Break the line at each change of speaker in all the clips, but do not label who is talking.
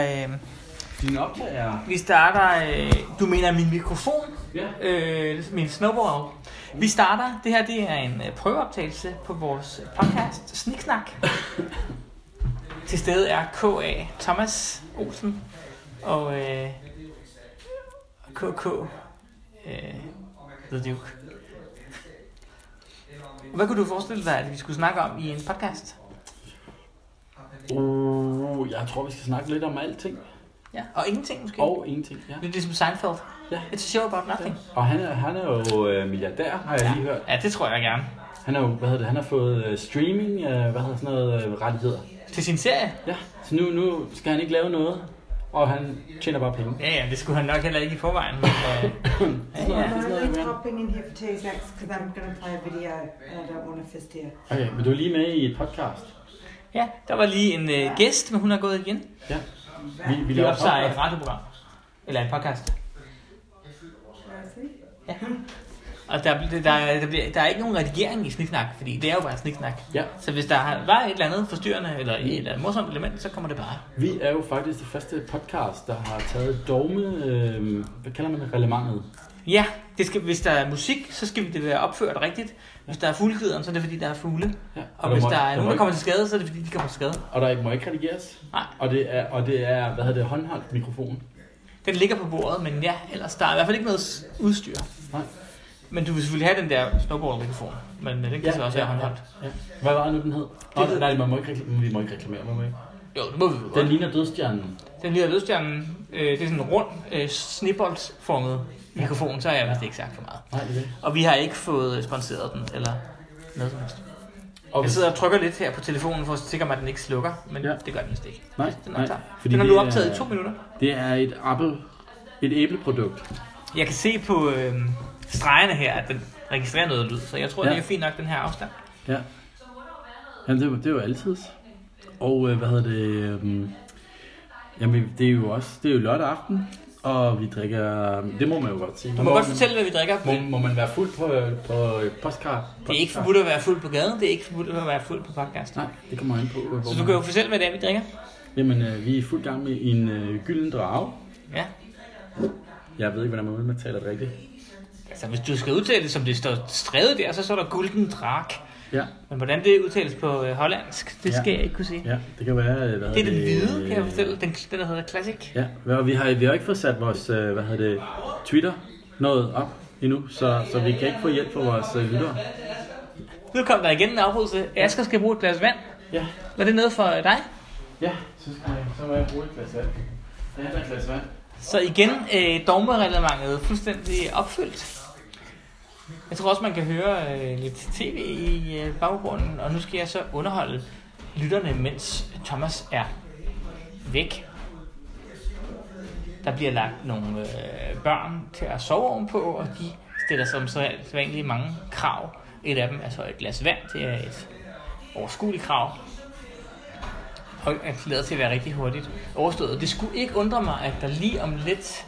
Øh,
Din optager...
vi starter... Øh, du mener min mikrofon?
Ja.
Øh, min snowboard? Vi starter... Det her det er en øh, prøveoptagelse på vores podcast Sniksnak. Til stede er K.A. Thomas Olsen og øh, K.K. Øh, The Duke. Hvad kunne du forestille dig, at vi skulle snakke om i en podcast?
Uh, jeg tror, vi skal snakke lidt om alting.
Ja. Og ingenting måske?
Og ingenting, ja.
Lidt ligesom Seinfeld.
Ja.
It's a show about nothing.
Og han er, han er jo øh, milliardær, har jeg lige hørt.
Ja, det tror jeg gerne.
Han, er jo, hvad hedder det, han har fået øh, streaming, øh, hvad hedder sådan noget, øh, rettigheder.
Til sin serie?
Ja, så nu, nu skal han ikke lave noget, og han tjener bare penge.
Ja, ja, det skulle han nok heller ikke i forvejen. Men, øh,
Sådan noget,
Yeah.
sådan
I'm
noget,
only
man.
popping in here for two seconds because I'm going to play a video and I don't want to fist here.
Okay, men du er lige med i et podcast.
ja, der var lige en øh, gæst, men hun er gået igen.
Ja. Vi, vi
Vi
laver
optager et
podcast.
radioprogram. Eller et podcast. Ja. Og der, der, der, der, bliver- der er ikke nogen redigering i Sniksnak, fordi det er jo bare Sniksnak.
Ja,
Så hvis der var et eller andet forstyrrende eller et eller andet morsomt element, så kommer det bare.
vi er jo faktisk det første podcast, der har taget dogme, øh, hvad kalder man det, relevantet.
Ja, det skal, hvis der er musik, så skal det være opført rigtigt. Hvis der er fuglekideren, så er det fordi, der er fugle.
Ja.
Og
der
hvis
må-
der er
må
nogen, der
ikke-
kommer til skade, så er det fordi, de kommer til skade.
Og der ikke- må ikke redigeres.
Nej.
Og det er, og det er hvad hedder det, håndholdt mikrofon.
Den ligger på bordet, men ja, ellers der er i hvert fald ikke noget s- udstyr.
Nej.
Men du vil selvfølgelig have den der snowboard-mikrofon, men øh, den kan så også være håndholdt.
Ja. Hvad var det nu, den hed?
Det
Det
ved-
oh, nej, man må ikke reklamere, vi må ikke reklamere, må man ikke?
Jo, det må vi vel
Den
godt.
ligner dødstjernen.
Den lille lødstjernen, øh, det er sådan en rund, øh, snibboldsformet mikrofon, så har jeg vist ikke sagt for meget.
Nej, det er det.
Og vi har ikke fået øh, sponsoreret den, eller noget som helst.
Og
Jeg
hvis,
sidder og trykker lidt her på telefonen for at sikre mig, at den ikke slukker, men
Ja.
det gør den vist ikke.
nej,
Den
nej,
optager. Den har
det
nu optaget
er,
i to minutter.
Det er et apple, et æbleprodukt.
Jeg kan se på øh, stregerne her, at den registrerer noget lyd, så jeg tror,
Ja.
det er fint nok, den her afstand.
Ja. Jamen, det, er jo- det er jo altid. Og øh, hvad hedder det? Øh, jamen, det er jo også, det er jo lørdag aften, og vi drikker, øhm, det må man jo godt sige.
Du må godt fortælle, hvad vi drikker.
Må, må man være fuld på, øh, på postkart?
Det er ikke forbudt at være fuld på gaden, det er ikke forbudt at være fuld på podcast.
Nej, det kommer an på. øh, Hvor
Så du
man-
kan jo fortælle, hvad det er, vi drikker.
Jamen, øh, vi er i fuld gang med en øh, gylden drage.
Ja.
Jeg ved ikke, hvordan man udtaler det rigtigt.
Altså, hvis du skal udtale det, som det står skrevet der, så står der Gulden Drak.
Ja,
Men hvordan det udtales på øh, hollandsk, det
Ja.
skal jeg ikke kunne sige.
ja det kan være... øh, Hvad
Det er
hedder
den hvide, kan jeg
øh,
fortælle. Den, den der hedder Classic.
Ja, hvad- og vi har, vi har ikke fået sat vores, øh, hvad hedder det, Twitter noget op endnu, så, så vi kan ikke få hjælp fra vores øh, lyttere.
Nu kom der igen en afbrydelse. Asger skal bruge et glas vand.
Ja,
Var det noget for øh, dig?
ja, så, skal jeg, så må jeg bruge et glas vand. Det er et glas vand.
Så igen, øh, dogmerelementet fuldstændig opfyldt. Jeg tror også, man kan høre øh, lidt tv i øh, baggrunden, og nu skal jeg så underholde lytterne, mens Thomas er væk. Der bliver lagt nogle øh, børn til at sove ovenpå, og de stiller som så vanligt mange krav. Et af dem er så et glas vand, det er et overskueligt krav. Og jeg glæder til at være rigtig hurtigt overstået. Det skulle ikke undre mig, at der lige om lidt...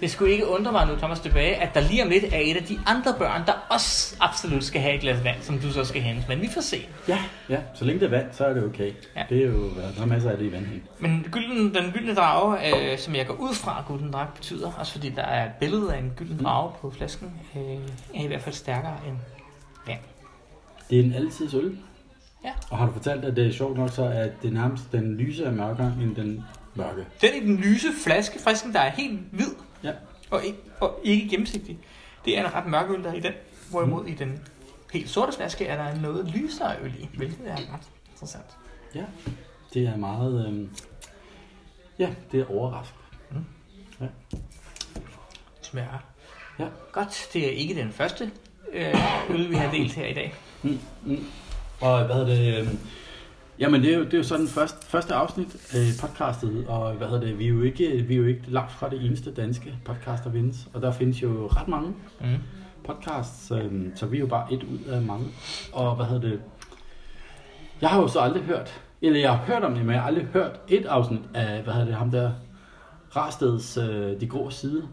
Det skulle ikke undre mig nu, Thomas tilbage, at der lige om lidt er et af de andre børn, der også absolut skal have et glas vand, som du så skal hente. Men vi får se.
Ja, ja, så længe det er vand, så er det okay.
Ja.
Ja. Det er jo, der er masser af det i vandhæng.
Men gylden, den gyldne drage, øh, som jeg går ud fra, gylden drage betyder, også fordi der er et billede af en gylden drage på flasken, øh, er i hvert fald stærkere end vand.
Det er en altids øl.
Ja.
Og har du fortalt, at det er sjovt nok så, at det er nærmest den lyse er mørkere end den mørke?
Den i den lyse flaske, frisken, der er helt hvid
Ja.
og ikke, og ikke gennemsigtig, det er en ret mørk øl, der er i den. Hvorimod
Mm.
i den helt sorte flaske er der noget lysere øl i, hvilket er ret interessant.
Ja, det er meget... Øh... Ja, det er overraskende.
Det smager
Ja.
godt. Det er ikke den første øh, øl, vi har delt her i dag.
Og hvad hedder det... Øh... Jamen, det er jo, det er jo sådan første, første afsnit øh, podcastet, og hvad hedder det, vi er, jo ikke, vi er jo ikke langt fra det eneste danske podcast, der findes. Og der findes jo ret mange
Mm.
podcasts, øh, så vi er jo bare et ud af mange. Og hvad hedder det... Jeg har jo så aldrig hørt, eller jeg har hørt om det, men jeg har aldrig hørt et afsnit af, hvad hedder det, ham der Rasteds øh, De Grå Side.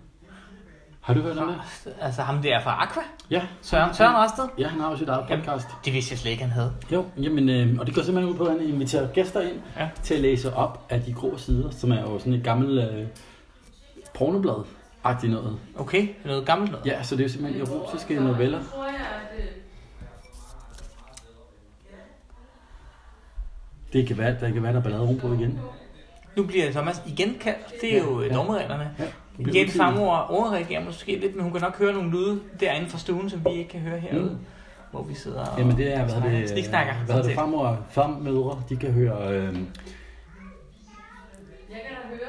Har du hørt om det?
Altså ham der fra Aqua,
Ja.
Søren, Søren Rosted.
Ja, han har jo sit eget podcast.
Det vidste jeg slet ikke, han havde.
Jo, jamen, øh, og det går simpelthen ud på, at han inviterer gæster ind
Ja.
ja. til at læse op af De Grå Sider, som er jo sådan et gammelt øh, pornoblad-agtigt noget.
Okay, noget gammelt noget.
Ja, så det er jo simpelthen erotiske noveller. Det kan være, der kan være, der er ballade ovenpå igen.
Nu bliver Thomas igen kaldt. Det er
Ja,
jo øh, ja.
ja.
domreglerne.
Ja, det bliver
Igen
udtid.
farmor overreagerer måske lidt, men hun kan nok høre nogle lyde derinde fra stuen, som vi ikke kan høre herude.
Mm.
Hvor vi sidder og
Jamen det er, hvad
snakker.
hedder det,
Snik snakker.
hvad hedder det, farmor, farmødre, de kan høre... Øh,
Jeg kan da høre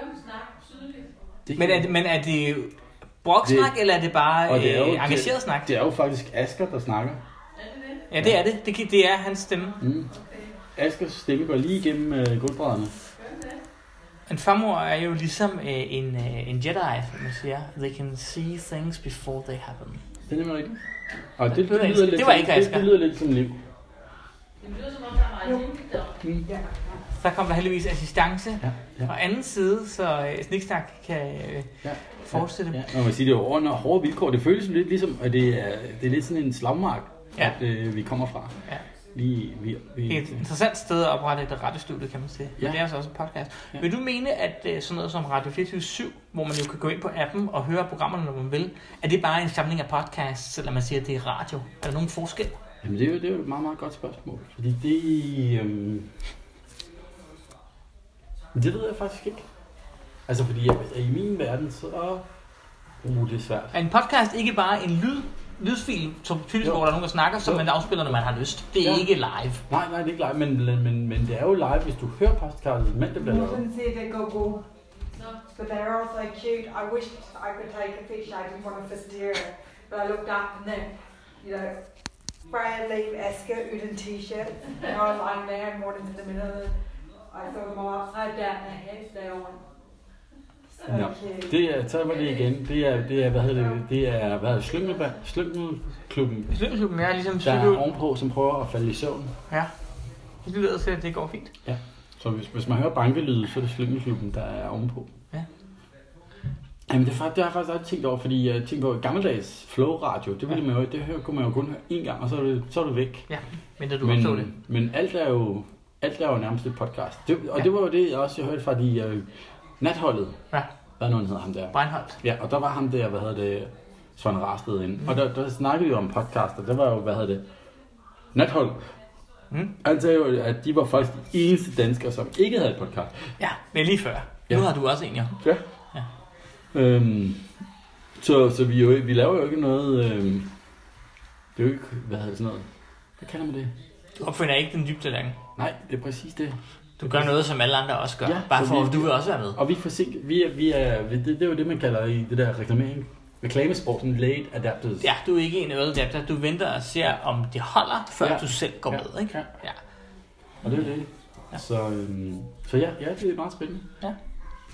dem snakke tydeligt.
de
Men
kan-
er det, men er det broksnak,
Det-
eller er det bare
og det er jo-
øh,
det-
engageret snak?
Det er jo faktisk Asker, der snakker.
Er det det?
Ja, det er det. Det, kan- det er hans stemme.
Mm.
Okay.
Askers stemme går lige igennem øh, gulvbrædderne.
En farmor er jo ligesom øh, en, øh, en Jedi, som man siger. They can see things before they happen.
Det er nemlig rigtigt. Og det,
Det
det,
lyder
lyder,
ikke-
lidt,
det var ikke
som-
Asger.
Det, det lyder lidt som liv.
Det lyder som om, der er meget hemmeligdom.
Så kom der heldigvis assistance
Ja, ja,
fra anden side, så øh, Sniksnak kan øh,
ja.
fortsætte.
ja. Man må sige, det er jo under hårde vilkår. Det føles lidt ligesom, at det er, det er lidt sådan en slagmark,
Ja.
ja. at øh, vi kommer fra.
Ja.
Lige, vi, vi,
Det er et interessant sted at oprette et radiostudie, kan man sige. Ja.
Ja.
Det er altså også en podcast. Ja.
Ja.
Vil du mene, at øh, sådan noget som Radio 24 hvor man jo kan gå ind på appen og høre programmerne, når man vil, er det bare en samling af podcasts, selvom man siger, at det er radio? Er der nogen forskel?
Jamen, det er, jo, det er jo et meget, meget godt spørgsmål. Fordi det... Øhm, det ved jeg faktisk ikke. Altså, fordi jeg, i min verden, så... Uh, det er svært.
Er en podcast ikke bare en lyd, lydsfil, som typisk,
Jo.
hvor der er nogen, der snakker, som
Jo.
man afspiller, når man har lyst? Det er
Ja.
ikke live.
Nej, nej, det er ikke live, men, men, men, men det er jo live, hvis du hører podcastet, men det bliver
You
lavet.
can see they go go,
Så
but they're all so cute. I wished I could take a picture. I didn't want to fist here, but I looked up and then, you know, Brian Lee Esker Uden T-shirt. And I was lying there and morning in the middle. of the- I saw them all upside down. Their heads they on. So
Nå,
cute.
det er, tag mig lige igen, det er, det er, hvad hedder det, det er, hvad hedder det, slyngelklubben,
Slyngelklubben er ligesom
der er
cykel.
ovenpå, som prøver at falde i søvn.
Ja. Det lyder til, at det går fint.
Så hvis, hvis man hører bankelyde, så er det slyngelklubben, der er ovenpå.
Ja.
Jamen, det, er, fakt- det har jeg faktisk aldrig tænkt over, fordi jeg tænkte på, at gammeldags flow-radio, det, ville man jo, det her kunne man jo kun høre én gang, og så er det, så er det væk.
Ja, men da du
men,
optog det.
men alt er jo alt er jo nærmest et podcast. Det, og
Ja.
ja. det var jo det, jeg også hørte fra de øh, natholdet.
Ja.
Hvad nu han hedder ham der?
Breinholt.
Ja, og der var ham der, hvad hedder det, Søren Rasted inde. Mm. Og der, der snakkede vi om podcast, og der var jo, hvad hedder det, Nathold.
Mm.
Mm. Altså jo, at de var faktisk de eneste danskere, som ikke havde et podcast.
Ja, men lige før.
Ja.
Nu har du også en, ja.
Ja.
Ja.
Øhm, så, så vi, jo, vi laver jo ikke noget, øhm, det er jo ikke, hvad hedder det sådan noget, hvad kalder man det?
Du opfinder ikke den dybe tallerken.
Nej, det er præcis det.
Du gør noget, som alle andre også gør. Ja,
Ja,
bare
så
for,
vi-
at du vil også være med.
Og vi er forsinket, vi er, vi er, vi, det, det, er jo det, man kalder i det der reklamering, reklamesporten late adapted.
Ja, du er ikke en øredapter. Du venter og ser, om det holder, før ja.
Ja.
du selv går
Ja.
med. Ikke?
Ja.
Ja.
Og det er jo det.
Ja.
Ja. Så, øhm, så ja, ja, det er meget spændende.
Ja.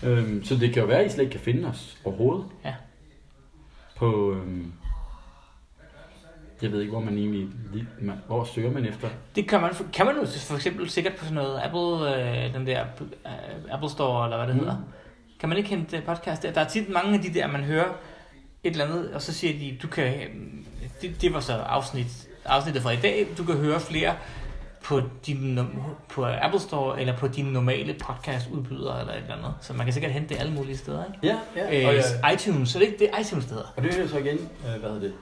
Øhm, så det kan jo være, at I slet ikke kan finde os overhovedet.
Ja.
På, øhm, jeg ved ikke, hvor man egentlig, lige- man- hvor søger man efter.
Det kan man, for- kan man jo for eksempel sikkert på sådan noget Apple, øh, den der øh, Apple Store, eller hvad det
Mm.
hedder. Kan man ikke hente øh, podcast der? Der er tit mange af de der, man hører et eller andet, og så siger de, du kan, øh, det, det var så afsnit, afsnittet fra i dag, du kan høre flere på, din, num- på Apple Store, eller på dine normale podcastudbydere, eller et eller andet. Så man kan sikkert hente det alle mulige steder, ikke?
Ja,
Øh,
Og,
oh,
ja.
ja. iTunes, er det ikke det er iTunes, det hedder?
og det er jo så igen, øh, hvad hedder det?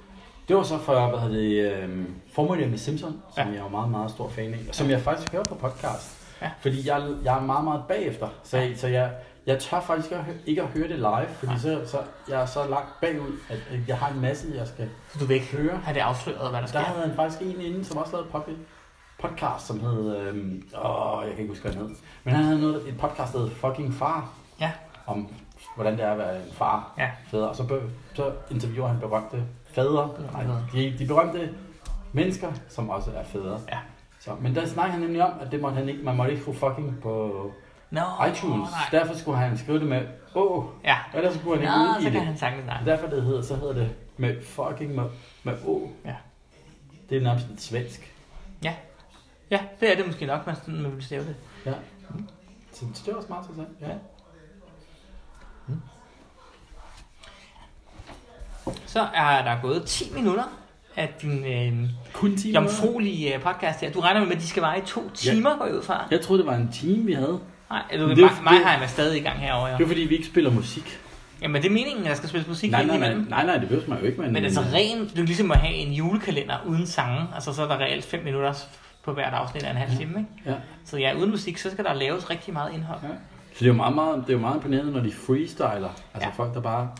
Det var så fra, hvad hedder det, øhm, formiddag med Simpson, som
Ja.
ja. jeg er meget, meget stor fan af, og som jeg faktisk hører på podcast.
Ja.
Fordi jeg, jeg er meget, meget bagefter, så,
Ja.
så jeg, jeg tør faktisk ikke at, hø- ikke at høre det live, fordi
Nej.
så, så, jeg er så langt bagud, at at jeg har en masse, jeg skal
Så du vil ikke
høre.
have det afsløret, hvad der sker.
Der havde han faktisk en inden, som også lavede pod- podcast, som hed... Øhm, åh, jeg kan ikke huske, hvad den hed. Men han havde noget, et podcast, der hed Fucking Far.
Ja.
Om, hvordan det er at være en far.
Ja.
Fædre. Og så, be- så interviewer han berømte fædre. Nej,
Fædre.
de, de berømte mennesker, som også er fædre.
Ja.
Så, men der snakkede han nemlig om, at det måtte han ikke, man måtte ikke skrive fucking på
Nå,
iTunes.
nej.
Derfor skulle han skrive det med åh,
Ja.
ellers skulle han ikke
Nå, så
udgive
kan
det.
han sagtens snakke.
Og Derfor det hedder, så hedder det med fucking med, med O.
Ja.
Det er nærmest et svensk.
Ja, det er det måske nok, man, sådan, man vil stave det.
Ja. Så så det er også meget interessant. Ja.
Så er der gået 10 minutter af din øh,
Kun 10 minutter.
jomfruelige øh, podcast her. Du regner med, at de skal vare i to timer, ja. går jeg ud fra.
Jeg troede, det var en time, vi havde.
Nej, eller,
Men
det,
det er
mig,
jo-
mig
det-
har jeg været stadig i gang herovre.
Det
Ja.
er fordi, vi ikke spiller musik.
Jamen, det er meningen, at der skal spilles musik
Nej,
ind
nej, nej,
imellem.
nej, nej, det behøver man jo ikke, men...
Men altså rent, det er ligesom at have en julekalender uden sange. Altså så er der reelt 5 minutter på hvert afsnit af en halv time, ikke?
Ja.
Så ja, uden musik, så skal der laves rigtig meget indhold.
Ja. Så det er jo meget, meget, det er jo meget imponerende, når de freestyler. Altså
Ja.
folk, der bare...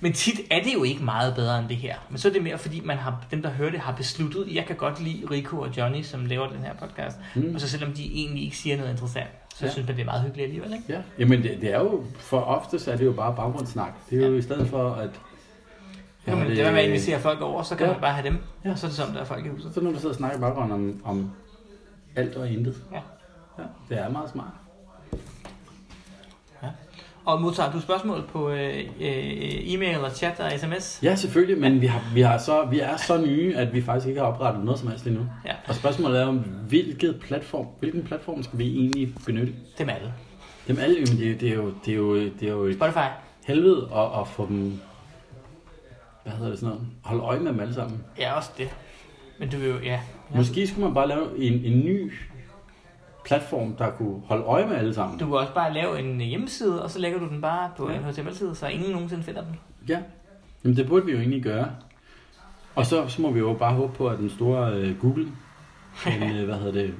Men tit er det jo ikke meget bedre end det her. Men så er det mere, fordi man har, dem, der hører det, har besluttet, jeg kan godt lide Rico og Johnny, som laver den her podcast.
Mm.
Mm. Og så selvom de egentlig ikke siger noget interessant, så
Ja.
ja. synes man, det er meget hyggeligt alligevel, ikke?
Ja. Jamen det, det er jo... For ofte så er det jo bare baggrundssnak. Det er jo ja. i stedet for, at...
Ja, men det er, hvad vi ser folk over, så kan
Ja.
ja. man bare have dem.
Ja.
Ja. Så er det som, der er folk i huset.
Så når du sidder og snakker i baggrunden om, om alt og intet.
Ja.
ja. Det er meget smart.
Og modtager du spørgsmål på øh, øh, e-mail og chat og sms?
Ja, selvfølgelig, men vi, har, vi, har så, vi er så nye, at vi faktisk ikke har oprettet noget som helst endnu.
Ja.
Og spørgsmålet er om, hvilket platform, hvilken platform skal vi egentlig benytte?
Dem alle.
Dem alle, jamen, det, er- det, er jo, det, er jo, det er jo et
Spotify.
helvede at, at få dem, hvad hedder det sådan noget, holde øje med dem alle sammen.
Ja, også det. Men du vil jo, ja.
Ja. Måske skulle man bare lave en, en ny platform, der kunne holde øje med alle sammen.
Du kan også bare lave en øh, hjemmeside, og så lægger du den bare på
Ja.
ja. en HTML-side, så ingen nogensinde finder den.
Ja, jamen det burde vi jo egentlig gøre. Og så, så må vi jo bare håbe på, at den store øh, Google, den, øh, hvad hedder det,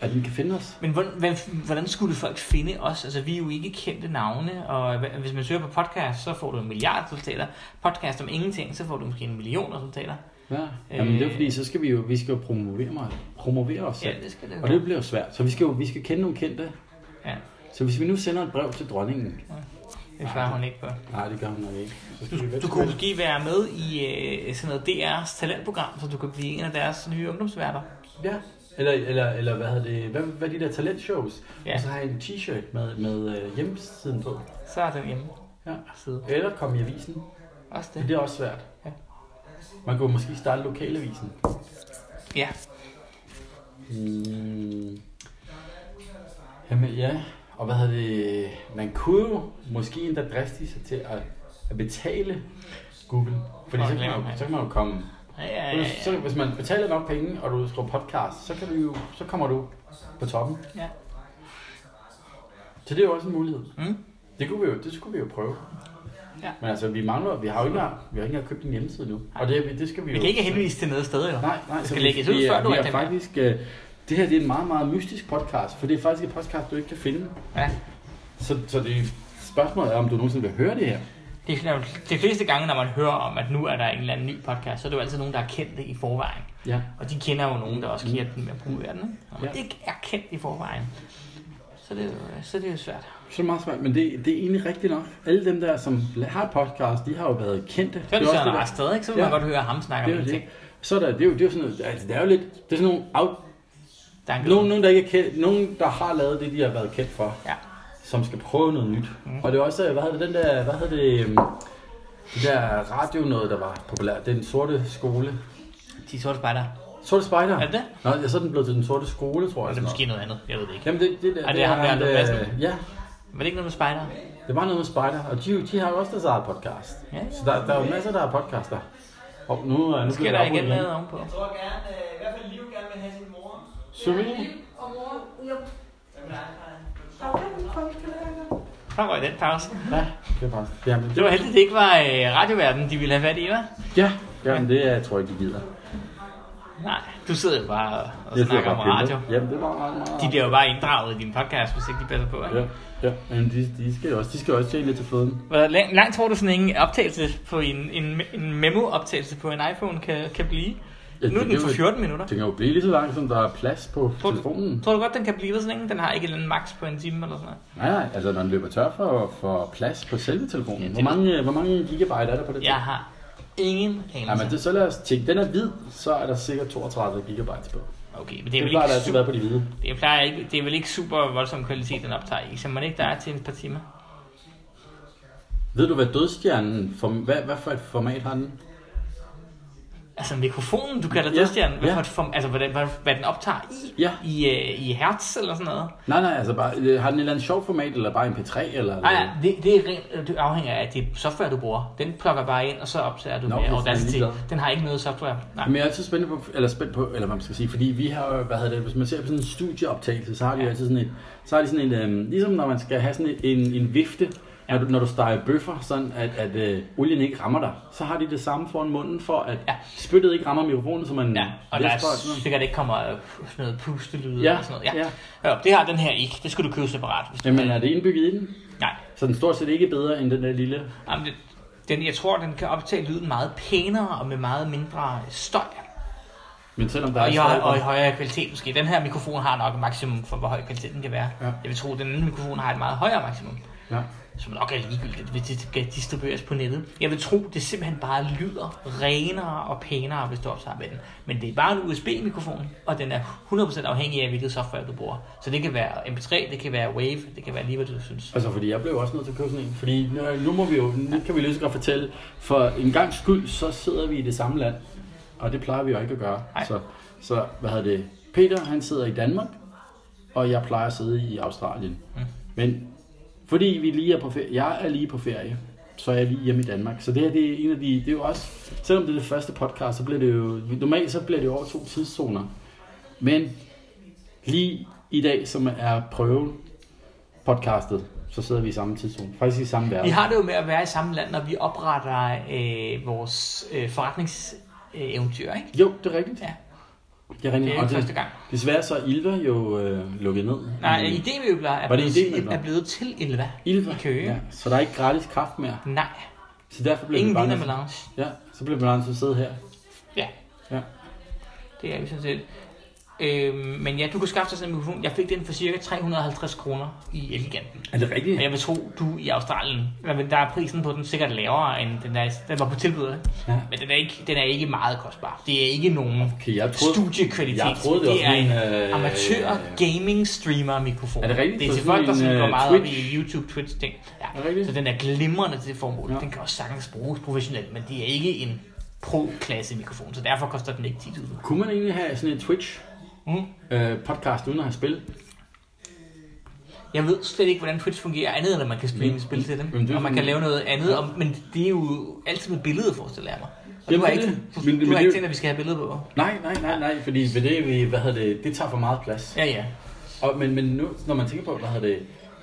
at den kan finde os.
Men hvordan, hvem, hvordan skulle folk finde os? Altså, vi er jo ikke kendte navne, og hva- hvis man søger på podcast, så får du en milliard resultater. Podcast om ingenting, så får du måske en million resultater.
Ja. Jamen det er jo fordi, så skal vi jo, vi skal jo promovere, mig, promovere os selv.
Ja, det skal det jo.
Og det bliver jo svært. Så vi skal jo vi skal kende nogle kendte.
Ja.
Så hvis vi nu sender et brev til dronningen.
Det svarer hun ikke på.
Nej, det gør hun nok ikke. Så skal vi væk.
Du kunne måske være med i øh, sådan noget DR's talentprogram, så du kan blive en af deres nye ungdomsværter.
Ja. Eller, eller, eller hvad hedder det? Hvad, hvad er de der talentshows?
Ja.
Og så har jeg en t-shirt med, med øh, hjemmesiden på.
Så er den hjemme
Ja.
side.
Eller komme i avisen.
Også
Men
det.
det er også svært.
Ja.
Man kunne måske starte lokalavisen.
Ja.
Mm. Jamen ja, og hvad hedder det? Man kunne jo måske endda driste sig til at, at betale Google. Fordi
Og
så kan,
reklamer,
man, jo-
ja.
så kan man jo komme...
Ja, ja,
Ja,
ja, ja.
Så, hvis man betaler nok penge, og du skriver podcast, så, kan du jo, så kommer du på toppen.
Ja.
Så det er jo også en mulighed.
Mm.
Det, kunne vi jo, det skulle vi jo prøve.
Ja.
Men altså, vi mangler, vi har jo ikke, engang- vi har ikke engang købt en hjemmeside nu. Og det, det skal vi
Vi
jo...
kan ikke henvise til noget sted,
Nej,
jo.
nej.
Det
så
skal
vi-
lægges ud,
vi er-
før du
vi
er
er
dem.
faktisk, øh, Det her det er en meget, meget mystisk podcast, for det er faktisk et podcast, du ikke kan finde.
Ja.
Så, så det spørgsmålet er, om du nogensinde vil høre det her.
Det er sådan, at de fleste gange, når man hører om, at nu er der en eller anden ny podcast, så er det jo altid nogen, der er kendte i forvejen.
Ja.
Og de kender jo nogen, der også kender den med at bruge af den. Ikke? Når man
Ja.
ikke er kendt i forvejen, så det er jo, så det er jo svært.
Så er det meget svært, men det, det er egentlig rigtigt nok. Alle dem der, som har et podcast, de har jo været kendte.
Så er det,
også
Søren
der-
Arsted, ikke? Så vil man
Ja.
godt høre ham snakke
det er
om
jo
en
det.
ting.
Så er der, det er jo, det er jo sådan noget, altså, det er jo lidt, det er sådan nogle, out,
Der er en
nogen, nogen, der ikke er kendt, nogen, der har lavet det, de har været kendt for.
Ja.
som skal prøve noget nyt. Mm. Og det er også, hvad hedder det, den der, hvad hedder det, øhm, det der radio noget, der var populær. Det er den sorte skole.
De sorte spejder.
Sorte spejder.
Er det det?
Nå, ja, så er den blevet til den sorte skole, tror
Og
jeg. sådan
det er måske noget andet, jeg ved det
noget.
ikke.
Jamen, det, det, der,
Er det ham der,
øh,
Anders Madsen?
Ja,
Men det er ikke noget med spejder?
det var noget med spejder. Og de, de har jo også deres eget podcast.
Ja, ja.
Så der, der er jo masser, der er podcaster. Og nu, øh, nu
Så sker
bliver
der
afbrudt
igen
igen.
noget ovenpå.
Jeg tror gerne, øh, i hvert fald Liv gerne vil have sin mor.
Serene?
Og mor,
Hvad med dig, Freja?
How can folk learn?
Så røg den pause.
Ja, det er faktisk. Jamen,
Det var heldigt, det ikke var øh, radioverdenen, de ville have fat i, hva'?
Ja, jamen, det er, jeg tror ikke, de gider.
Nej, du sidder jo bare og, og
Jeg
snakker
sidder
om
bare og
radio.
piller. Jamen, det var meget, meget,
De bliver jo bare inddraget i din podcast, hvis ikke de passer på, ikke?
Ja, ja. Men de, de, skal jo også, de skal jo også tjene lidt til føden.
Hvor lang, langt tror du sådan en optagelse på en, en, en memo-optagelse på en iPhone kan, kan blive?
Ja,
nu er
det er
den på
jo-
14 minutter.
Den kan jo blive lige så lang, som der er plads på
Tror du-
telefonen.
Tror du godt, den kan blive ved sådan en? Den har ikke en eller anden max på en time eller sådan noget.
Nej, nej, altså når den løber tør for, for plads på selve telefonen.
Ja, det
hvor, mange, hvor mange gigabyte er der på det?
Jeg har ingen anelse.
Ja, men det, så lad os tænke, den er hvid, så er der sikkert 32 gigabytes på. Det,
Okay, men det er,
det
vel
plejer der
ikke
altid
super,
været på de hvide.
det, plejer ikke, det er vel ikke super voldsom kvalitet, den optager i, som man ikke der er til et par timer.
Ved du, hvad dødstjernen, for, hvad, hvad for et format har den?
Altså mikrofonen, du kalder
Ja,
dødstjernen, hvad,
ja.
for et form- altså, hvad, hvad, hvad den optager i,
Ja.
i, øh, i hertz eller sådan noget.
Nej, nej, altså bare, øh, har den et eller andet sjovt format, eller bare en P3, eller...
Nej, nej, det, det, er rent, øh, det afhænger af det software, du bruger. Den plukker bare ind, og så optager du
Nå,
Nå,
det
med
er
Audacity.
sådan ligeglad.
Den har ikke noget software. Nej.
Men jeg er altid spændt på, eller spændt på, eller hvad man skal sige, fordi vi har, jo, hvad hedder det, hvis man ser på sådan en studieoptagelse, så har de jo
Ja.
altid sådan et, så har de sådan en, øhm, ligesom når man skal have sådan en, en vifte,
Ja.
når, du, når du steger bøffer, sådan at, at øh, olien ikke rammer dig, så har de det samme foran munden, for at
Ja.
spyttet ikke rammer mikrofonen, så man
Ja, og der er
og sådan noget.
sikkert ikke kommer øh, sådan noget pustelyde
Ja,
eller sådan noget. Ja.
ja.
ja. det har den her ikke. Det skulle du købe separat. Hvis du
Jamen er det indbygget i den?
Nej,
Så den stort set ikke er bedre end den der lille.
Jamen, det- den, jeg tror, den kan optage lyden meget pænere og med meget mindre støj.
Men selvom der
Og i,
er
høj, og i højere kvalitet måske. Den her mikrofon har nok et maksimum for, hvor høj kvalitet den kan være.
Ja.
Jeg vil tro, at den anden mikrofon har et meget højere maksimum.
Ja.
Som nok er ligegyldigt, hvis det skal distribueres på nettet. Jeg vil tro, det simpelthen bare lyder renere og pænere, hvis du optager med den. Men det er bare en USB-mikrofon, og den er 100% afhængig af, hvilket software du bruger. Så det kan være MP3, det kan være Wave, det kan være lige, hvad du synes.
Altså, fordi jeg blev også nødt til at købe sådan en. Fordi nu, nu må vi jo, nu kan vi lige så godt fortælle, for en gang skyld, så sidder vi i det samme land. Og det plejer vi jo ikke at gøre.
Nej.
Så, så, hvad hedder det? Peter, han sidder i Danmark, og jeg plejer at sidde i Australien.
Mm.
Men fordi vi lige er på ferie, jeg er lige på ferie, så er jeg lige hjemme i Danmark. Så det her, det er en af de, det er jo også, selvom det er det første podcast, så bliver det jo, normalt så bliver det jo over to tidszoner. Men lige i dag, som er prøven, podcastet, så sidder vi i samme tidszone. Faktisk i samme verden.
Vi har det jo med at være i samme land, når vi opretter øh, vores øh, forretningseventyr, ikke?
Jo, det er rigtigt.
Ja.
Det er rigtigt.
Det
Mm,
er
Og
ikke første gang.
Desværre så er Ilva jo øh, lukket ned.
Nej,
I-
idémøbler er,
Var det
blevet,
idémøbler?
er blevet til Ilva.
Ilva.
i Køge.
Ja, så der er ikke gratis kraft mere.
Nej,
Så derfor blev vi
ingen
bare
vinder
nødt-
melange.
Ja, så blev vi bare nødt til at sidde her.
Ja.
Ja.
Det er vi sådan set. Øhm, men ja, du kan skaffe dig sådan en mikrofon. Jeg fik den for cirka 350 kroner i Eleganten.
Er det rigtigt?
Og jeg vil tro, du i Australien, hvad ved- der er prisen på den sikkert lavere, end den, der, den var på tilbud. ikke?
Ja.
Men den er, ikke, den er ikke meget kostbar. Det er ikke nogen
Okay, jeg troede,
studiekvalitet.
jeg troede, det var
er
sådan
en
en, øh,
amatør gaming streamer mikrofon.
Er det rigtigt?
Det er
Så
til
sådan
folk, der
en,
sådan går
øh,
meget op
Twitch?
i YouTube, Twitch ting.
Er det
Ja.
rigtigt?
Så den er glimrende til det formål.
Ja.
Den kan også sagtens bruges professionelt, men det er ikke en pro-klasse mikrofon, så derfor koster den ikke 10.000.
Kunne man egentlig have sådan en Twitch
Mm.
øh, podcast uden at have spil?
Jeg ved slet ikke, hvordan Twitch fungerer, andet end at man kan spille
Mm.
spil til dem,
Jamen, det er
og man
sådan-
kan lave noget andet, og, men det er jo altid med billede, forestiller jeg mig. Og
Jamen,
du har
det er
ikke,
det.
du,
Men- men
du har
det er jo-
ikke tænkt, at vi skal have billede på.
Nej, nej, nej, nej, fordi ved det, vi, hvad hedder det, det tager for meget plads.
Ja, ja.
Og, men, men nu, når man tænker på, hvad hedder det,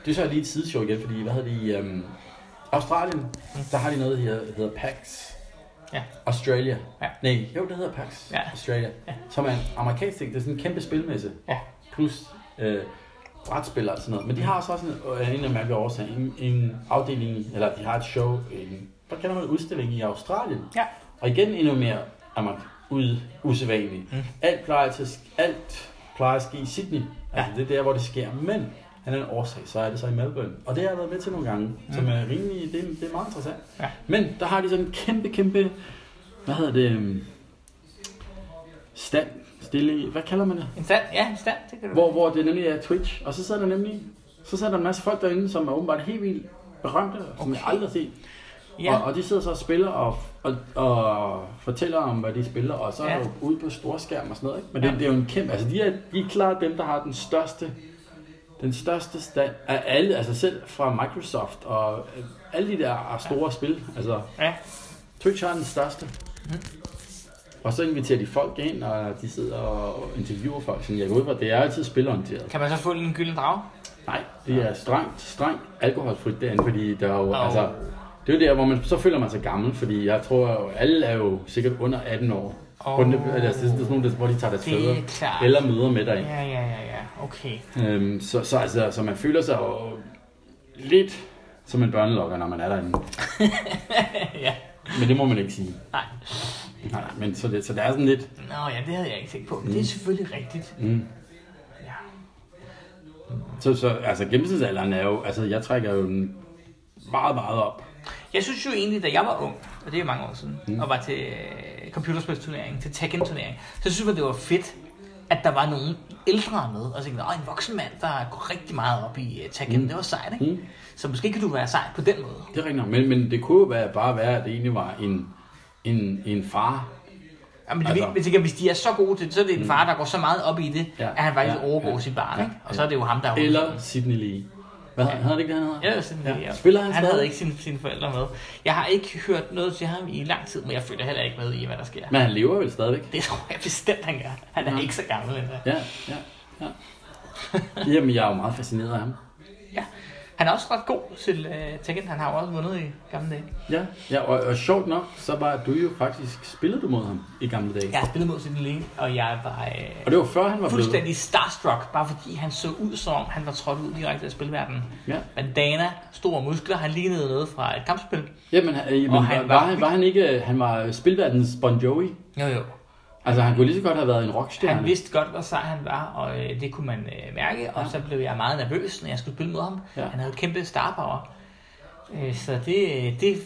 det er så lige et sideshow igen, fordi hvad hedder det, i øhm, Australien, der har de noget, der hedder, hedder PAX.
Ja.
Australia.
Ja.
Nej, jo, det hedder PAX.
Ja.
Australia. Ja. Som er en amerikansk ting. Det er sådan en kæmpe spilmesse.
Ja.
Plus øh, brætspil og sådan noget. Men de har så også sådan øh, en eller anden mærkelig årsag. En, en afdeling, eller de har et show, en, hvad kalder man det, udstilling i Australien.
Ja.
Og igen endnu mere amerik- ud, usædvanligt.
Mm.
Alt plejer til, alt plejer at ske i Sydney. Altså, det er der, hvor det sker. Men af den årsag, så er det så i Melbourne. Og det har jeg været med til nogle gange, mm. som er rimelig, det, er- det er meget interessant.
Ja.
Men der har de sådan en kæmpe, kæmpe, hvad hedder det, øhm, stand, stille, hvad kalder man det?
En stand, ja, en stand, det kan du
Hvor, hvor det nemlig er Twitch, og så sidder der nemlig, så sidder der en masse folk derinde, som er åbenbart helt vildt berømte, okay. som jeg
Okay.
aldrig har set.
Ja.
Og, og de sidder så og spiller og, og, og fortæller om, hvad de spiller, og så er
Ja.
ja. jo ude på storskærm og sådan noget. Ikke? Men det,
Ja.
det er jo en kæmpe... Altså, de er, de er klart dem, der har den største den største stand af alle, altså selv fra Microsoft og øh, alle de der store ja. spil. Altså,
Ja.
Twitch har den største.
Mhm.
Og så inviterer de folk ind, og de sidder og interviewer folk, sådan jeg går ud fra. Det er altid spilorienteret.
Kan man så få en gylden drage?
Nej, det er strengt, strengt alkoholfrit derinde, fordi der er jo,
Åh.
oh. altså, det er jo der, hvor man, så føler man sig gammel, fordi jeg tror, at alle er jo sikkert under 18 år.
Åh.
Oh. Rundt, altså, det er sådan nogle, der- hvor de tager deres
Det er
fædre
klart.
eller møder med dig.
Ja, ja, ja, ja. Okay.
Øhm, så, så, altså, så man føler sig jo lidt som en børnelokker, når man er derinde.
ja.
Men det må man ikke sige.
Nej.
Nej, men så, det, så det er sådan lidt...
Nå ja, det havde jeg ikke tænkt på. Men det er selvfølgelig rigtigt.
Mm.
Ja.
Så, så altså, gennemsnitsalderen er jo... Altså, jeg trækker jo den meget, meget op.
Jeg synes jo egentlig, da jeg var ung, og det er jo mange år siden, mm. og var til øh, computerspilsturnering, til Tekken-turnering, så synes jeg, det var fedt, at der var nogen ældre med, og så tænkte, "Åh, en voksen mand, der går rigtig meget op i øh, Tekken, mm. det var sejt, ikke? Mm. Så måske kan du være sej på den måde.
Det er rigtigt nok, men, men det kunne jo være, bare være, at det egentlig var en, en, en far,
Jamen, altså.
Altså.
hvis, ikke- hvis de er så gode til det, så er det en
Mm.
far, der går så meget op i det,
Ja.
ja. at han faktisk
Ja.
ja. overgår
Ja.
ja. sit barn.
Ja.
Ikke? Og så er det jo ham, der er
Eller Sydney Lee. Hvad hedder han? Hedder det ikke det, han hedder?
Ja, sådan, ja.
Spiller han
Han havde
stadig?
ikke sine, sine forældre med. Jeg har ikke hørt noget til ham i lang tid, men jeg følger heller ikke med i, hvad der sker.
Men han lever vel stadigvæk?
Det tror jeg bestemt, han gør. Han er
Ja.
ikke så gammel endda.
Ja, ja, ja. Jamen, jeg er jo meget fascineret af ham.
Han er også ret god til uh, Tekken. Han har jo også vundet i gamle dage.
Ja, ja og, og sjovt nok, så var du jo faktisk, spillede du mod ham i gamle dage.
Jeg har spillet mod sin lille, og jeg var
Og
øh,
det var før han var blevet...
fuldstændig starstruck, bare fordi han så ud som om, han var trådt ud direkte af spilverdenen.
Ja.
Bandana, store muskler, han lignede noget fra et kampspil.
Jamen, han, øh, jamen
Og
han
han
var,
var-
var, han, var han ikke... Han var spilverdens Bon Jovi.
Jo jo.
Altså, han kunne lige så godt have været en rockstjerne.
Han vidste godt, hvor sej han var, og øh, det kunne man øh, mærke. Og
Ja.
så blev jeg meget nervøs, når jeg skulle spille mod ham.
Ja.
Han havde kæmpe star power. Øh, så det, det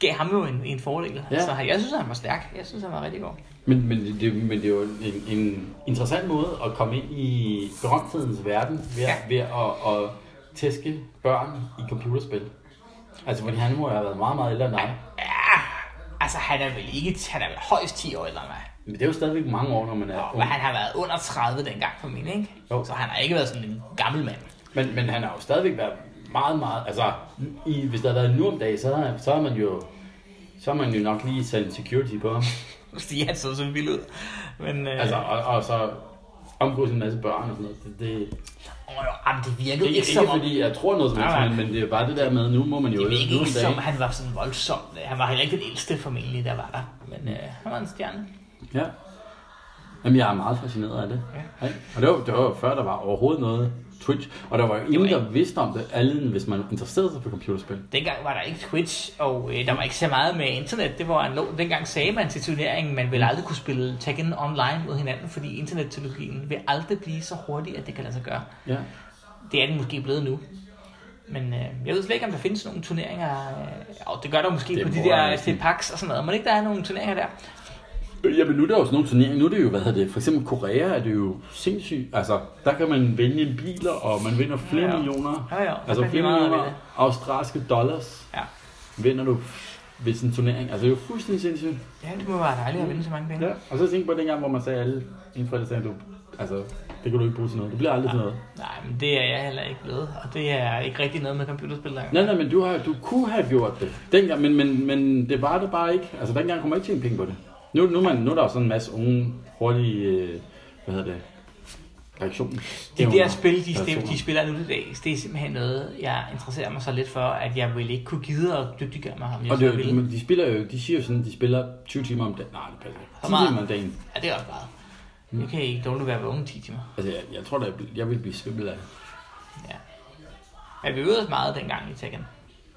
gav ham jo en, en fordel.
Ja.
Ja. Så jeg synes, han var stærk. Jeg synes, han var rigtig god.
Men, men, det- det, men det er jo en, en interessant måde at komme ind i berømthedens verden ved, ja.
Ja.
ved at, at tæske børn i computerspil. Altså, fordi han må have været meget, meget ældre end dig.
Ja, altså han er vel ikke, han er vel højst 10 år ældre end mig.
Men det er jo stadigvæk mange år, når man er
Og
ung.
han har været under 30 dengang for min, ikke?
Jo.
Så han har ikke været sådan en gammel mand.
Men, men han har jo stadigvæk været meget, meget... Altså, i, hvis der havde været nu om dagen, så, havde- så er man jo... Så har man jo nok lige sat en security på ham.
Fordi han så så vild ud. Men, øh,
Altså, og, og så omgås en masse børn og sådan noget. Det, det,
åh, jo, jamen, det virkede
det er
ikke,
ikke,
som om,
fordi, jeg tror noget som
Nej,
helst,
nej.
men- men det er bare det der med, nu må man jo
det virkede
nu om
ikke
dagen-
som, han var sådan voldsom. Han var heller ikke den ældste formentlig, der var der. Men øh, han var en stjerne.
Ja. Jamen, jeg er meget fascineret af det. Ja. Og det var, det var jo før, der var overhovedet noget Twitch. Og der var jo ingen, der vidste om det, andet end hvis man interesserede sig for computerspil.
Dengang var der ikke Twitch, og øh, der var ikke så meget med internet. Det var lå. Dengang sagde man til turneringen, man ville aldrig kunne spille Tekken online mod hinanden, fordi internetteknologien vil aldrig blive så hurtig, at det kan lade sig gøre.
Ja.
Det er den måske blevet nu. Men øh, jeg ved slet ikke, om der findes nogle turneringer. Øh, jo, det gør der måske
Det
det på
må
de
jeg
der
næsten.
til PAX og sådan noget. Men ikke der er nogle turneringer der?
Jamen, nu er der jo sådan nogle turneringer. Nu er det jo, hvad hedder det, for eksempel Korea er det jo sindssygt. Altså, der kan man vinde en biler, og man vinder flere ja,
Ja,
ja.
ja.
millioner.
Ja, ja.
Altså,
der bliver
flere
meget
millioner
af det.
australske dollars
Ja.
vinder du ved sådan en turnering. Altså, det er jo fuldstændig sindssygt.
ja, det må være dejligt at vinde så mange penge.
Ja. Og så tænk på dengang, hvor man sagde alle inden for det, sagde du, altså, det kan du ikke bruge til noget. Det bliver aldrig til noget.
Nej, men det er jeg heller ikke blevet. Og det er ikke rigtig noget med computerspil. Der.
Nej, nej, men du, har, du kunne have gjort det dengang, men, men, men det var det bare ikke. Altså, dengang kunne man ikke tjene penge på det. Nu, nu, er man, nu er der jo sådan en masse unge, hurtige, øh, hvad hedder det, reaktioner.
De der spil, de,
Relationer.
stem, de spiller nu til dags, det er simpelthen noget, jeg interesserer mig så lidt for, at jeg ville ikke kunne gide at dygtiggøre mig, om jeg
Og det,
så
er jo- de,
ville.
men de spiller jo, de siger jo sådan, de spiller 20 timer om dagen. Nej, det passer ikke. 10
Så meget.
timer om dagen.
Ja, det er også bare.
Mm.
Jeg kan ikke dårligt være vågen 10 timer.
Altså, jeg, jeg tror da, jeg, bl- jeg vil blive svimmel af det.
Ja. Men vi øvede os meget dengang i Tekken.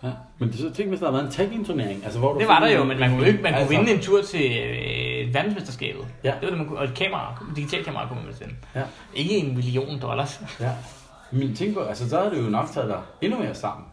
Ja. Men det, så tænk, hvis der havde været en tag-in-turnering. Altså, hvor du
Det var der
finder
jo,
en-
men man kunne, ikke, man kunne
altså,
vinde en tur til øh, verdensmesterskabet.
Ja.
Det var det, man kunne, og et kamera, et digitalt kamera kunne man bestemme.
Ja.
Ikke en million dollars.
Ja. Men tænk på, altså, så havde det jo nok taget dig endnu mere sammen.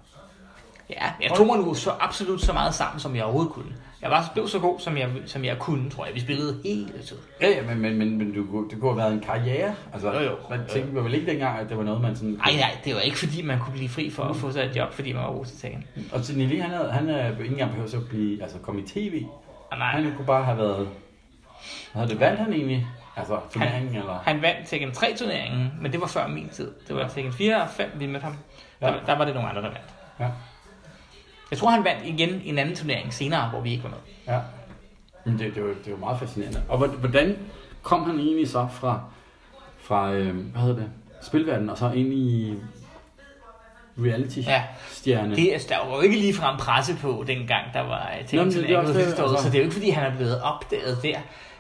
Ja, jeg tog mig nu så absolut så meget sammen, som jeg overhovedet kunne. Jeg var blev så god, som jeg, som jeg kunne, tror jeg. Vi spillede hele tiden.
Ja, ja, men, men, men, men du, kunne- det kunne have været en karriere. Altså,
Jo, jo.
Man tænkte man vel ikke dengang, at det var noget, man sådan...
Nej, nej, det var ikke fordi, man kunne blive fri for at få sig et job, fordi man var god til sagen.
Og Sidney Lee, han, havde, han øh, ikke engang behøvede så at blive, altså, komme i tv.
Og nej,
Han kunne bare have været... Havde det vandt han egentlig? Altså, turneringen, eller...
han vandt Tekken 3-turneringen, men det var før min tid. Det var Tekken 4 og 5, vi mødte ham.
Ja.
Der, der var det nogle andre, der vandt.
Ja.
Jeg tror, han vandt igen en anden turnering senere, hvor vi ikke var med.
Ja. Men det, det, var, det var meget fascinerende. Og hvor- hvordan kom han egentlig så fra, fra øh, hvad hedder det, spilverdenen, og så ind i
Ja.
reality-stjerne?
Det, altså, der var jo ikke ligefrem presse på dengang, der var øh,
Nå, men
Tekken
det er
turneringen
også
på
det,
Fistorvet,
altså.
så det er jo ikke, fordi han er blevet opdaget der.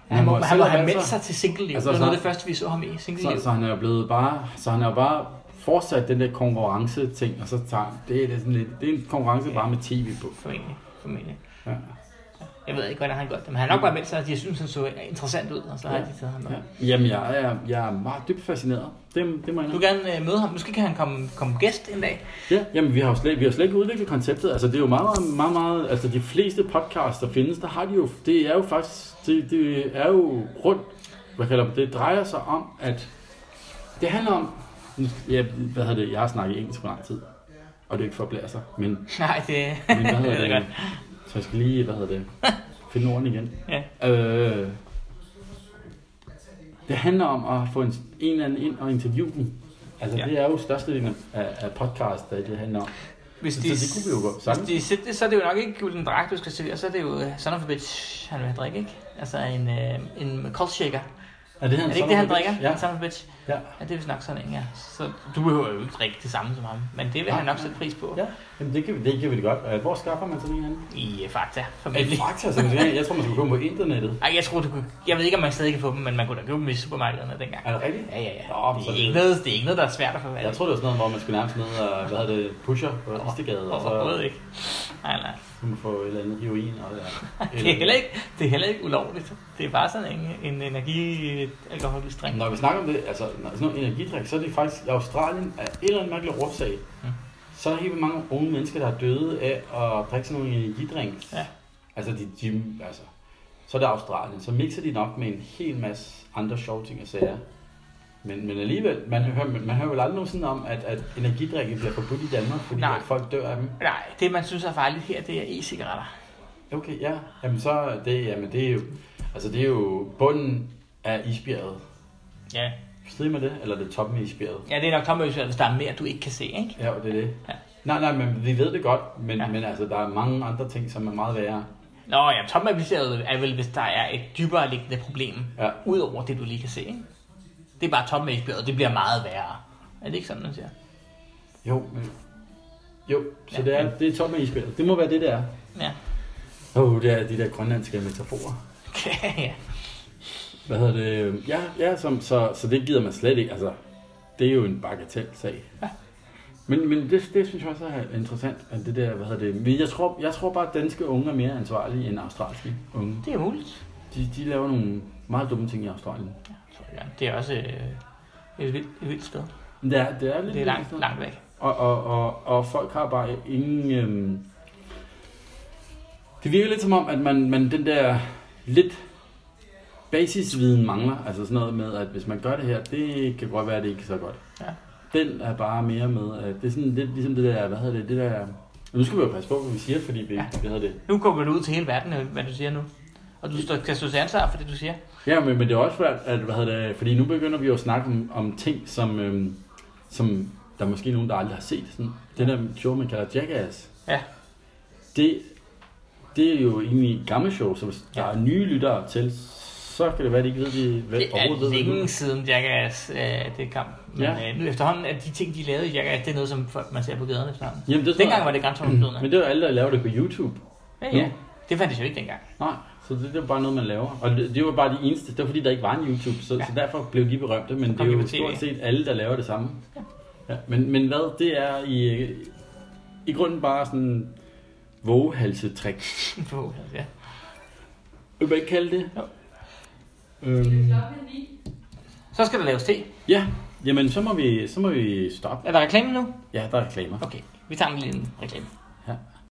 Men
Han må,
hvor-
han må have
selvom han
meldt
så-
sig til single-liv.
altså,
det var noget af
så-
det første, vi så ham i, single-liv.
Så, så han er jo blevet bare, så han er jo bare fortsat den der konkurrence ting, og så tager han, det er, det er sådan lidt, det er en konkurrence bare med tv på.
Formentlig, formentlig.
Ja.
Jeg ved ikke, hvordan han gør det, men han har nok bare meldt sig, at de synes, han så interessant ud, og så har de taget ham med.
Mm. Ja. Jamen, jeg er, jeg er meget dybt fascineret. Det, det må jeg
Du
indrømme.
vil gerne øh, møde ham. Måske kan han komme, komme gæst en dag.
Ja, jamen, vi har jo slet, vi har slet ikke udviklet konceptet. Altså, det er jo meget, meget, meget, meget altså, de fleste podcasts, der findes, der har de jo, det er jo faktisk, det, det er jo rundt, hvad kalder man det, det drejer sig om, at det handler om, nu skal- ja, hvad hedder det, jeg har snakket engelsk for lang tid, og det er ikke for at blære sig, men
Nej, det...
Men hvad
Det ved
hedder
jeg
det? Så jeg skal lige, hvad hedder det, finde orden igen.
Ja.
Øh, Det handler om at få en, en eller anden ind og interviewe dem. Altså,
Ja.
ja. det er jo størstedelen af, af podcast, der det handler om.
Hvis
Så
de,
det kunne vi jo godt sagtens.
Hvis de sætter det, så er det jo nok ikke Gulden Drak, du skal servere. Så er det jo øh, Son of a Bitch, han vil have drikke, ikke? Altså en, øh, en cold shaker.
Er det,
Er
han
det ikke det, han
sommerhus?
drikker?
Ja.
Son of a Bitch.
ja.
Ja, det er vist nok sådan en, ja. Så du behøver jo ikke drikke det samme som ham. Men det vil
Nej,
han nok
nej.
sætte pris på.
ja. Jamen, det kan, vi, det kan vi da godt. Øh, Hvor skaffer man sådan en anden?
I øh, Fakta,
Et
formentlig.
fakta, som det er. Jeg tror, man skulle komme på internettet.
Ej, jeg tror, du kunne... Jeg ved ikke, om man stadig kan få dem, men man kunne da købe dem i supermarkederne dengang.
Er det rigtigt?
Ja, ja, ja.
Nå,
det,
så
er
det-
ikke noget, det er ikke noget, der er svært at forvalte.
Jeg tror, det var sådan noget, hvor man skulle nærmest ned og, hvad hedder det, pusher på Istegade, og
altså Overhovedet
så
ikke. Nej, nej.
kunne man få et eller andet heroin. Og, ja.
Det er, heller ikke, det er heller ikke ulovligt. Det er bare sådan en, en energialkoholisk drink.
Når vi snakker om det, altså når- sådan noget energidrik, så er det faktisk i Australien af en eller anden mærkelig årsag.
Mm.
Så er der helt vildt mange unge mennesker, der er døde af at drikke sådan nogle energidrinks.
Ja.
Altså de, de, altså. Så er det Australien. Så mixer de nok med en hel masse andre sjove ting og sager. Men, men alligevel, man hører, man hører vel aldrig nogensinde om, at, at energidrikke bliver forbudt i Danmark, fordi
Nej.
at folk dør af dem.
Nej, det man synes er farligt her, det er e-cigaretter.
Okay, ja. Jamen så er det, jamen det er jo, altså det er jo bunden af isbjerget.
Ja.
Strid med det, eller er det toppen af isbjerget?
Ja, det er nok tommeløsvært, hvis der er mere, du ikke kan se, ikke?
Ja, og det er det.
Ja.
Ja. Nej, nej, men vi ved det godt, men,
Ja.
ja. men altså, der er mange andre ting, som er meget værre.
Nå ja, tommelsværet er vel, hvis der er et dybere liggende problem,
Ja.
udover det, du lige kan se, ikke? Det er bare tommelsværet, det bliver meget værre. Er det ikke sådan, man siger?
Jo, men... Jo, så
Ja,
ja, det er,
men-
det er toppen af isbjerget. Det må være det, det er.
Ja.
Åh, oh, det er de der grønlandske metaforer.
ja.
Hvad hedder det? Ja, ja som, så, så det gider man slet ikke. Altså, det er jo en bagatell-sag.
Ja.
Men, men det, det synes jeg også er interessant, at det der, hvad hedder det, men jeg tror, jeg tror bare, at danske unge er mere ansvarlige end australske unge.
Det er muligt.
De, de laver nogle meget dumme ting i Australien.
Ja, tror jeg gerne. Det er også øh, et, vildt, et vildt sted.
Men Det er, det er lidt
Det er langt,
sådan.
langt væk.
Og, og, og, og folk har bare ingen... Øhm... Det virker lidt som om, at man, man den der lidt basisviden mangler. Altså sådan noget med, at hvis man gør det her, det kan godt være, at det ikke er så godt.
Ja.
Den er bare mere med. at Det er sådan lidt ligesom det der, hvad hedder det, det der... Nu skal vi jo passe på, hvad vi siger, fordi vi,
Ja.
ja. hvad hedder det.
Nu kommer du ud til hele verden, øh, hvad du siger nu. Og du står, kan stå til ansvar for det, du siger.
Ja, men, men det er også svært, at, hvad hedder det, fordi nu begynder vi jo at snakke om, om ting, som, øhm, som der er måske nogen, der aldrig har set. Sådan, den der show, man kalder Jackass.
Ja.
Det, det er jo egentlig et gammelt show, så hvis der
Ja.
er nye lyttere til, så kan det være, at de ikke ved, de, hvad,
Det er
overhovedet ved, hvad
længe
det
siden Jackass, øh, det kom. Men
Ja.
øh, nu efterhånden er de ting, de lavede i Jackass, det er noget, som folk, man ser på gaderne efterhånden.
Jamen, det tror Mm.
Dengang
jeg-
var det grænseoverskridende.
Men det er jo alle, der laver det på YouTube.
Ja, ja.
nu.
Det fandtes jo ikke dengang.
Nej, så det, det var bare noget, man laver. Og det, det var bare de eneste. Det var fordi, der ikke var en YouTube, så,
Ja.
ja. så derfor blev de berømte. Men det
kom
er
de
jo
på TV.
stort set alle, der laver det samme.
Ja.
Ja, men, men hvad, det er i, i grunden bare sådan vågehalsetrik.
Forhåbentlig, ja.
Vil man ikke kalde det?
Jo.
Øhm,
Klokken er ni.
Så skal der laves te.
ja, jamen så må vi, så må vi stoppe.
Er der reklame nu?
Ja, der er reklamer.
Okay, vi tager en lille reklame.